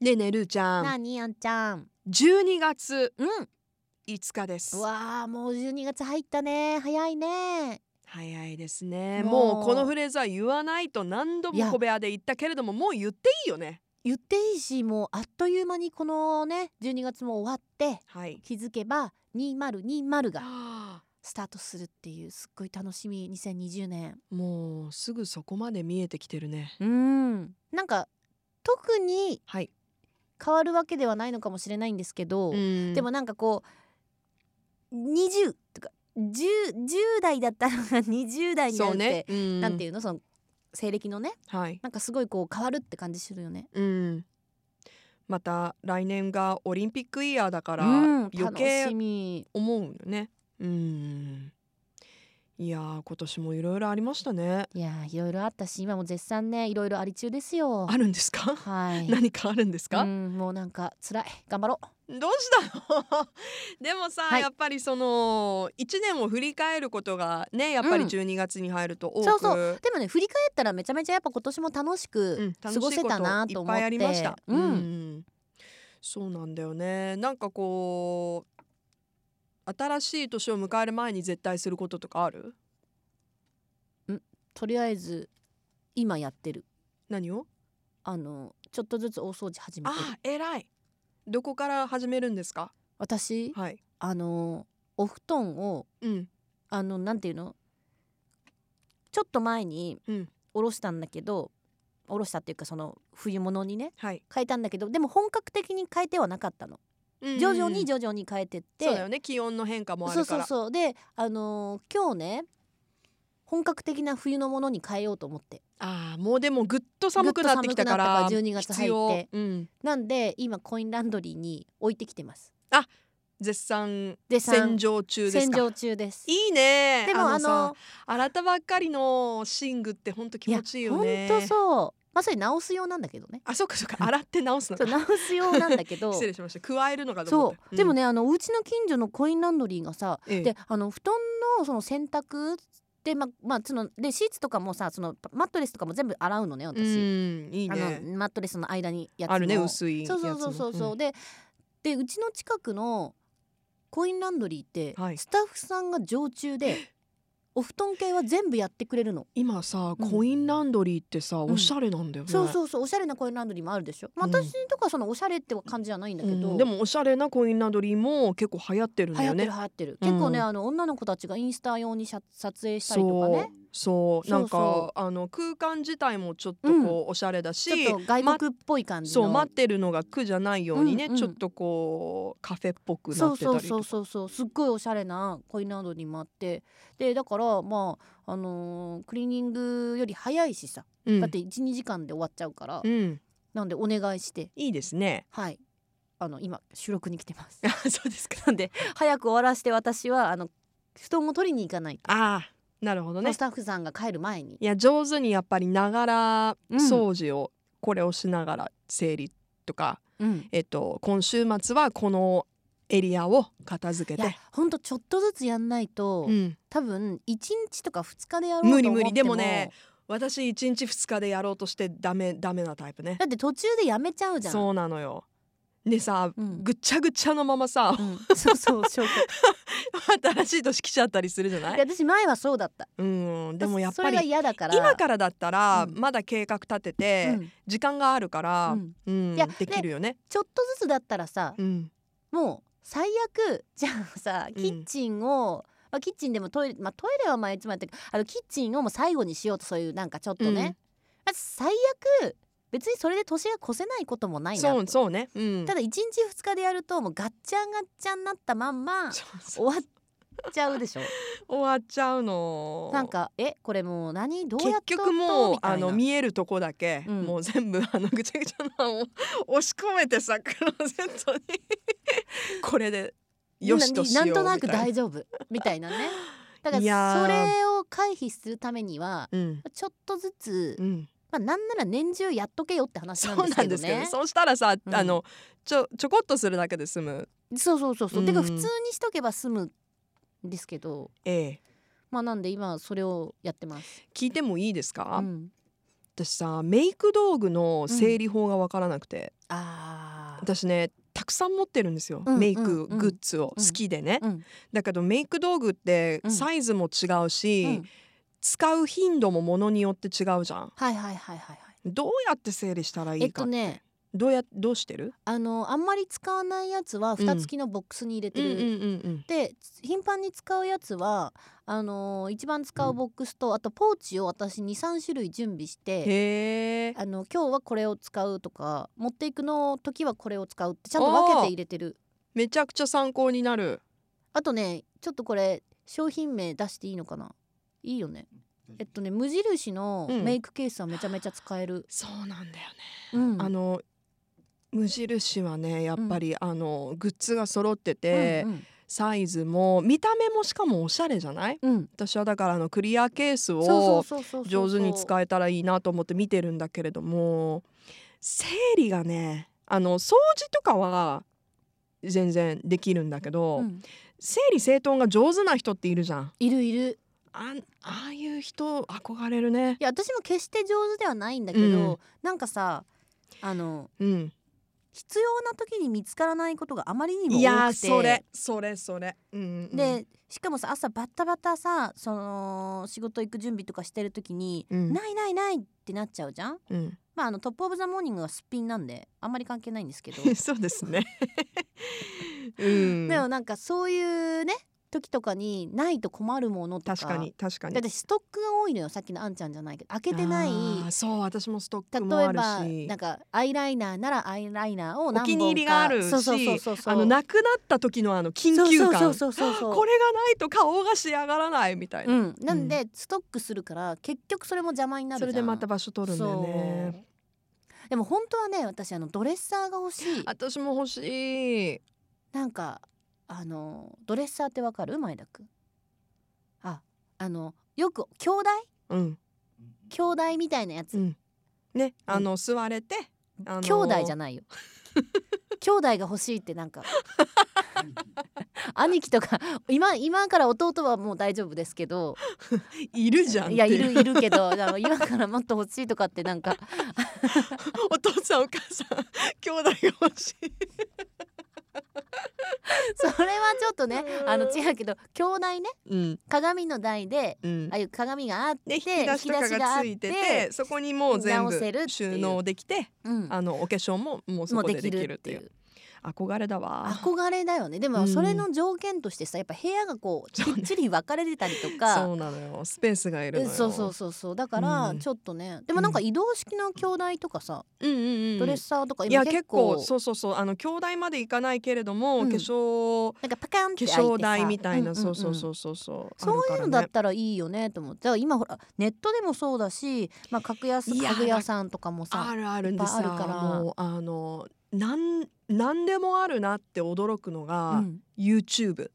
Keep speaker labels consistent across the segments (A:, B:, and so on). A: ねえねえるーちゃん
B: なにあんちゃん
A: 12月
B: うん
A: 5日です
B: うわあもう12月入ったね早いね
A: 早いですね
B: もう
A: もうこのフレーズは言わないと何度
B: い
A: も
B: や
A: 小部屋で言ったけれどももう言っていいよね
B: 言っていいしもうあっという間にこのね12月も終わって
A: はい
B: 気づけば2020が
A: はあ
B: スタートするっていうすっごい楽しみ2020年
A: もうすぐそこまで見えてきてるね
B: うんなんか特に
A: はい
B: 変わるわけではないのかもしれないんですけど、
A: で
B: でもなんかこう20とか 10, 10代だったのが20代になっ
A: そう
B: て、
A: ねうん
B: なんていうのその西暦のね
A: はい
B: なんかすごいこう変わるって感じするよね。
A: うんまた来年がオリンピックイヤーだから
B: うん、
A: 余
B: 楽
A: 計
B: しみ
A: 思うよねうんいやー今年もいろいろありましたね
B: いやーいろいろあったし今も絶賛ねいろいろあり中ですよ。
A: あるんですか
B: はい
A: 何かあるんですか、
B: うん、もうなんか辛い頑張ろう
A: どうしたの でもさ、
B: はい
A: やっぱりその1年を振り返ることがねやっぱり
B: うん
A: 12月に入ると多く、
B: そうそでもね振り返ったらめちゃめちゃやっぱ今年も楽し
A: うん
B: く過ごせたなと思っ
A: 楽しいこといっぱ
B: て、
A: いありました、
B: うん
A: うんそうなんだよねなんかこう新しい年を迎える前に絶対することとかある
B: とりあえず今やってる
A: 何を
B: あのちょっとずつ大掃除始めてる
A: あ偉いどこから始めるんですか
B: 私
A: はい
B: あのお布団を
A: うん
B: あのなんていうのちょっと前に
A: うん
B: おろしたんだけど、おろしたっていうかその冬物にね
A: はい
B: 変えたんだけどでも本格的に変えてはなかったの
A: うん
B: 徐々に徐々に変えてって、
A: そうだよね気温の変化もあ
B: そう
A: るか
B: そう
A: ら
B: そうであのー今日ね本格的な冬のものに変えようと思って
A: ああもうでもぐっと寒くなってきたから
B: ぐっと寒くなったから12月入って
A: 必要、うん、
B: なんで今コインランドリーに置いてきてます
A: 絶賛
B: 絶賛
A: 洗浄中です
B: 洗
A: か
B: 浄中です
A: いいね
B: でもあ
A: さ
B: の
A: 洗ったばっかりの寝具って本当気持ちいいよね
B: ほんとそうまさに直す用なんだけどね
A: あそうかそうか洗って直すの
B: そ
A: か
B: う直す用なんだけど
A: 失礼しました加えるのかと思
B: そ
A: った
B: うでも
A: ね、
B: ねあのうちの近所のコインランドリーがさ
A: ええ
B: であの布団のその洗濯でままあそのでシーツとかもさそのマットレスとかも全部洗うのね
A: う
B: 私、
A: んいい
B: あ
A: ね
B: のマットレスの間にやつも
A: あるね薄いやつ
B: そ
A: も
B: うそうそうそうそう、
A: ん
B: ででうちの近くのコインランドリーって、
A: はい
B: スタッフさんが常駐でお布団系は全部やってくれるの、
A: 今さ
B: うん
A: コインランドリーってさ、
B: ん
A: おしゃれなんだよね
B: そうそうそうおしゃれなコインランドリーもあるでしょ、まあ
A: うん
B: 私とかそのおしゃれって感じじゃないんだけど、
A: うんでもおしゃれなコインランドリーも結構流行ってるんだ
B: 流行
A: よ
B: ってる
A: ね
B: 流行ってる、
A: うん
B: 結構ねあの女の子たちがインスタ用にしゃ撮影したりとかね
A: そうそう
B: そ
A: な
B: うん
A: か
B: そ
A: あの空間自体もちょっとこうおしゃれだし、
B: ちょっと外国っぽい感じ
A: そう
B: の、
A: 待ってるのが苦じゃないようにね、
B: うんうん
A: ちょっとこうカフェっぽくな
B: そ
A: っ
B: う
A: てた
B: そう
A: りと
B: そう
A: か
B: そうそうすっごいおしゃれなコインランドリーもあってでだからまああのークリーニングより早いしさ
A: うん
B: だって12時間で終わっちゃうから、
A: うん、
B: なんでお願いして
A: いいですね
B: はいあの今収録に来てます
A: あそうですか
B: なんで早く終わらして私はあの布団を取りに行かないと
A: ああなるほどね
B: スタッフさんが帰る前に
A: いや上手にやっぱりながら
B: うん
A: 掃除をこれをしながら整理とか、
B: うん
A: えっと今週末はこのエリアを片付
B: い
A: け
B: や
A: て、
B: ほんとちょっとずつやんないと、
A: うん、
B: 多分一日とか二日でやろうと思っても
A: 無理無理でもね私1日2日でやろうとしてダメダメなタイプね
B: だって途中でやめちゃうじゃん
A: そうなのよでさ、
B: うん
A: ぐっちゃぐちゃのままさ
B: う、ん、 そうそうそう
A: 新しい年来ちゃったりするじゃない
B: で私前はそうだった
A: うん、でもやっぱ
B: それが
A: り
B: 嫌だから
A: 今からだったら
B: うん
A: まだ計画立てて、
B: うん
A: 時間があるから、う
B: う
A: んん
B: いや
A: できるよね。
B: ちょっとずつだったらさ、
A: うん、
B: もう最悪じゃあさ
A: うん
B: キッチンを、まあ、キッチンでもトイレ、まあ、トイレはまあいつもやってるけどあのキッチンをもう最後にしようとそういうなんかちょっとね、
A: うん
B: まあ最悪別にそれで年が越せないこともないな
A: そうそうね。うん、
B: ただ1日2日でやるともうガッチャンガッチャンになったまんま
A: そうそう
B: 終わっちゃうでしょ
A: 終わっちゃうの。
B: なんかえこれもう何どうや
A: 結
B: っとっと
A: 局もう
B: みた
A: あ
B: いな
A: の見えるとこだけ、
B: うん
A: もう全部あのぐちゃぐちゃなのを押し込めてさクローゼットにこれでよしとしよう
B: な
A: み
B: ん
A: た
B: と
A: いな。
B: なく大丈夫 みたいなねだか
A: い
B: ら
A: やー
B: それを回避するためには
A: うん
B: ちょっとずつ、
A: うん、
B: まあ、なんなら年中やっとけよって話な
A: そ
B: んで
A: う
B: す
A: な
B: け
A: ん
B: ど
A: ですけどね
B: ね
A: そうしたらさ、
B: うん
A: あのちょちょこっとするだけで済む、
B: そうそうそうそう、
A: うん
B: てか普通にしとけば済むんですけど
A: ええ、
B: まあなんで今それをやってます、
A: 聞いてもいいですか、
B: うん
A: 私さメイク道具の整理法が分からなくて、
B: あー
A: 私ねたくさん持ってるんですよ、
B: うん
A: メイク、
B: うんうん
A: グッズを、
B: うん
A: 好きでね、
B: うん
A: だけどメイク道具って
B: うん
A: サイズも違うし、
B: うん
A: 使う頻度もものによって違うじゃん
B: はいはいはいはいはい
A: どうやって整理したらい
B: えっ
A: いか、
B: とね
A: どうやどうしてる
B: あのあんまり使わないやつは蓋付きのボックスに入れてる、
A: うん
B: で頻繁に使うやつはあのー一番使うボックスと、あとポーチを私23種類準備して
A: へえ
B: あの今日はこれを使うとか持っていくの時はこれを使うってちゃんと分けて入れてる
A: めちゃくちゃ参考になる
B: あとねちょっとこれ商品名出していいのかないいよねえっとね無印の
A: うん
B: メイクケースはめちゃめちゃ使える、
A: そうなんだよね、
B: うん
A: あの無印はねやっぱり、あのグッズが揃ってて、
B: うん
A: サイズも見た目もしかもおしゃれじゃない
B: うんうん
A: 私はだからあのクリアケース
B: そう
A: を
B: そうそうそう
A: 上手に使えたらいいなと思って見てるんだけれども整理がねあの掃除とかは全然できるんだけど、
B: うん
A: 整理整頓が上手な人っているじゃん
B: いるいる
A: あんああいう人憧れるね
B: いや私も決して上手ではないんだけど、
A: うん
B: なんかさあの
A: うん
B: 必要な時に見つからないことがあまりにも多くて
A: いやーそれそれそれうんうんうん
B: でしかもさ朝バッタバタさその仕事行く準備とかしてる時に、
A: うん
B: ないないないってなっちゃうじゃん
A: うん
B: まああのトップオブザモーニングはすっぴんなんであんまり関係ないんですけど
A: そうです ねうん
B: でもなんかそういうね時とかにないと困るものとか
A: 確かに確かに
B: だってストックが多いのよさっきのあんちゃんじゃないけど開けてない
A: あーそう私もストッ
B: 例
A: ク
B: え
A: もある
B: ば
A: し
B: なんかアイライナーならアイライナーを何本か
A: お気に入りがあるし
B: そうそうそうそうそう
A: あのなくなった時のあの緊急感
B: そうそうそうそうそう
A: これがないと顔が仕上がらないみたいな、
B: うん、なんでストックするから結局それも邪魔になるじ
A: そ
B: ゃん
A: れでまた場所取るんだよね
B: そうでも本当はね私あのドレッサーが欲しい
A: 私も欲しい
B: なんかあのドレッサーってわかる前田君ああのよく兄弟
A: うん
B: 兄弟みたいなやつ、
A: うんねあの、座れて、あの
B: 兄弟じゃ
A: ん
B: ないよ兄弟が欲しいってなんか兄貴とか今今から弟はもう大丈夫ですけど
A: いるじゃんって
B: い
A: い
B: やいうるいるけどあの今からもっと欲しいとかってなんか
A: お父さんお母さん兄弟が欲しい
B: それはちょっとね
A: うん
B: あの違うけど兄弟ね
A: うん
B: 鏡の台で
A: うん
B: ああいう鏡があって、
A: で引き出しとかがついててそこにもう全
B: 直せるってい
A: 部
B: う
A: 収納できて
B: うん、
A: あのお化粧ももうそ
B: もう
A: こ
B: で
A: で
B: き
A: できる
B: るっ
A: ってて
B: い
A: いう
B: う
A: 憧れだわ
B: 憧れだよねで
A: う
B: も
A: ん
B: それの条件としてさやっぱ部屋がこうきっちり分かれてたりとか、
A: そうなのよスペースがいるのよ
B: そうそうそうそうだから
A: うん
B: ちょっとね、でもなんか移動式の兄弟とかさ、
A: うんうんうん
B: ドレッサーとか
A: いや
B: 今
A: 結
B: 結
A: 構
B: 構
A: そうそうそうあの兄弟までいかないけれども、
B: うん
A: 化粧化
B: なんかパカンって開いてさ
A: 粧台みたいな、
B: んんん
A: そうそうそうそうそう
B: そういうのだ
A: あ
B: っ
A: る
B: たらいいよねと思ってだから今ほらネットでもそうだし、まあ、格安
A: いや
B: 家具屋さんとかも
A: からねあ
B: さ
A: るあるんでさ
B: いっぱいあるから
A: もうあのなんなんでもあるなって驚くの
B: う
A: が、
B: ん、
A: YouTube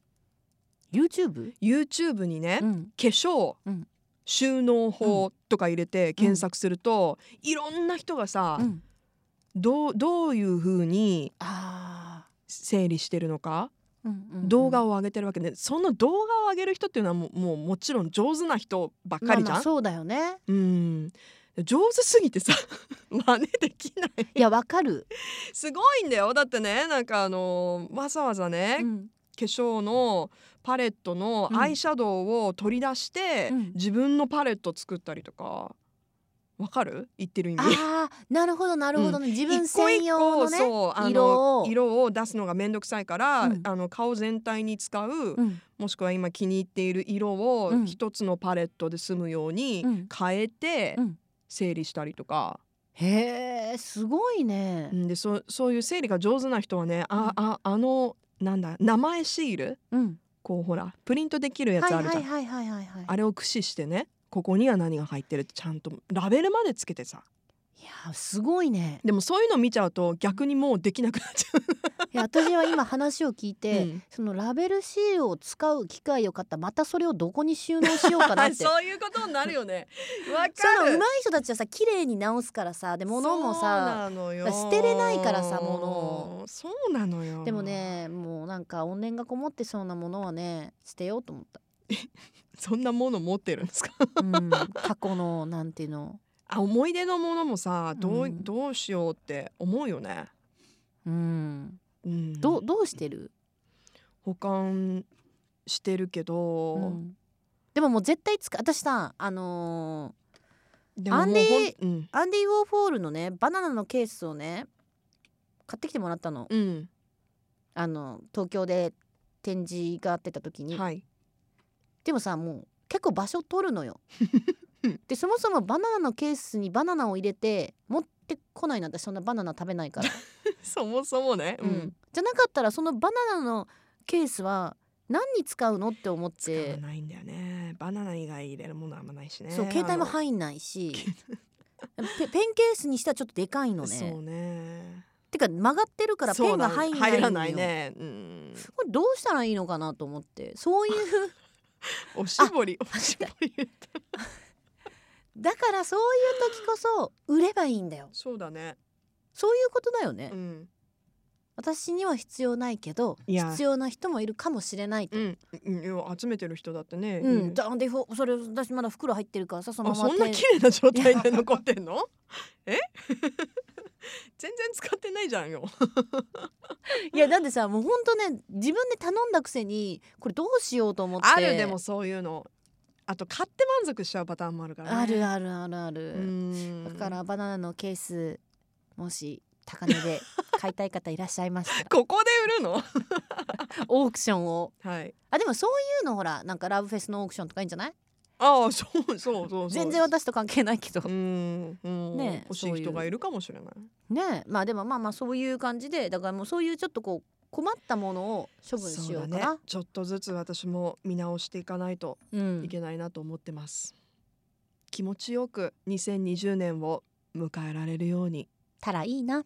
B: YouTube?
A: YouTube にね、
B: う
A: 化
B: ん
A: 粧、
B: うん
A: 収納法とか入れて検索すると、いろんな人がさ、
B: うん、
A: どうどういう風に
B: あ
A: 整理してるのか
B: ー、うんうんうん
A: 動画を上げてるわけで、その動画を上げる人っていうのはもうもうもちろん上手な人ばっかりじ
B: ま
A: ゃん、
B: あまあそうだよね
A: うん上手すぎてさ真似できない
B: いやわかる、
A: すごいんだよだってねなんかあのーわざわざね、
B: うん
A: 化粧のパレットの
B: うん
A: アイシャドウを取り出して、
B: うん
A: 自分のパレット作ったりとかわかる言ってる意味
B: あーなるほどなるほどね、自分専用のね
A: 一個一個そうあの
B: 色を
A: 色を出すのが面倒くさいから、
B: うん
A: あの顔全体に使う、
B: うん
A: もしくは今気に入っている色
B: う
A: を
B: ん
A: 一つのパレットで済むように
B: うん
A: 変えて
B: うん
A: 整理したりとか、
B: へえすごいね、
A: うんでそそういう整理が上手な人はね
B: うん
A: あああのなんだ名前シール
B: うん
A: こうほらプリントできるや
B: はい
A: つ
B: は
A: あ
B: い
A: るじゃん、
B: はいはいはいはい
A: あれを駆使してねここには何が入ってるってちゃんとラベルまでつけてさ
B: いやーすごいね
A: でもそういうの見ちゃうと逆にもうできなくなっちゃ
B: いや私は今話を聞いて、
A: う、うん
B: そのラベルシールを使う機会を買ったまたそれをどこに収納しようかなって そう
A: そういうことになるよねわ
B: いう
A: か
B: の上手い
A: る
B: 人たちはさ綺麗に直すからさで物も
A: そ
B: さ
A: うなの
B: だ
A: よ
B: から捨てれないからさ物を
A: そうなのよ
B: でもねもうなんか怨念がこもってそうなものはね捨てようと思っ
A: そんなもの持ってるんですか
B: た、うん、過去のなんていうの
A: あ思い出のものもさどう,、
B: うん
A: どうしようって思うよね。
B: うん、
A: うん、
B: どうどうしてる、
A: 保管してるけど、
B: うんでももう絶対使う私さあの
A: でももう
B: アンデ
A: ほんうん
B: ーアンディ・ウォーフォールのねバナナのケースをね買ってきてもらったの、
A: うん
B: あの東京で展示があってた時に、
A: はい
B: でもさもう結構場所取るの よ
A: うん
B: でそもそもバナナのケースにバナナを入れて持ってこないなんてそんなバナナ食べないから、
A: そもそもね、
B: うん、じゃなかったらそのバナナのケースは何に使うのって思っ
A: 使わ
B: て、
A: ないんだよねバナナ以外入れるものあんまないしね
B: そう携帯も
A: あの
B: 入んない しペペンケースにしてはちょっとでかいのね
A: そうね
B: てか曲がってるからペ
A: そう
B: ンが
A: なん
B: 入んないのよ
A: 入らないね、うん、
B: これどうしたらいいのかなと思ってそういう
A: おしぼりおしぼり言った
B: だからそういう時こそ売ればいいんだよ
A: そうだね
B: そういうことだよね、
A: うん
B: 私には必要ないけど
A: いや
B: 必要な人もいるかもしれないと。
A: うん、うんいや、集めてる人だってね、
B: う
A: い
B: ん、
A: る
B: だでほそれ私まだ袋入ってるからさその
A: あ
B: まま
A: そんな
B: 手
A: 綺麗な状態で残ってんのえ 全然使ってないじゃんよ
B: いやだってさもうほんとね自分で頼んだくせにこれどうしようと思って
A: あるでもそういうのあと買って満足しちゃうパターンもあるから、ね、
B: あるあるあるあ
A: う
B: る、
A: ん
B: だからバナナのケースもし高値で買いたい方いらっしゃいましたら
A: ここで売るの
B: オークションを
A: はい
B: あでもそういうのほらなんかラブフェスのオークションとかいいんじゃない
A: ああそうそうそうそう
B: 全然私と関係ないけ
A: う
B: ど
A: ん、うん
B: ねえ
A: 欲しい人がいるかもしれない
B: ねえまあでもまあまあそういう感じでだからもうそういうちょっとこう困ったものを処分しようか
A: そだ
B: な
A: ねちょっとずつ私も見直していかないと
B: うん
A: いけないなと思ってます、気持ちよく2020年を迎えられるように
B: たらいいな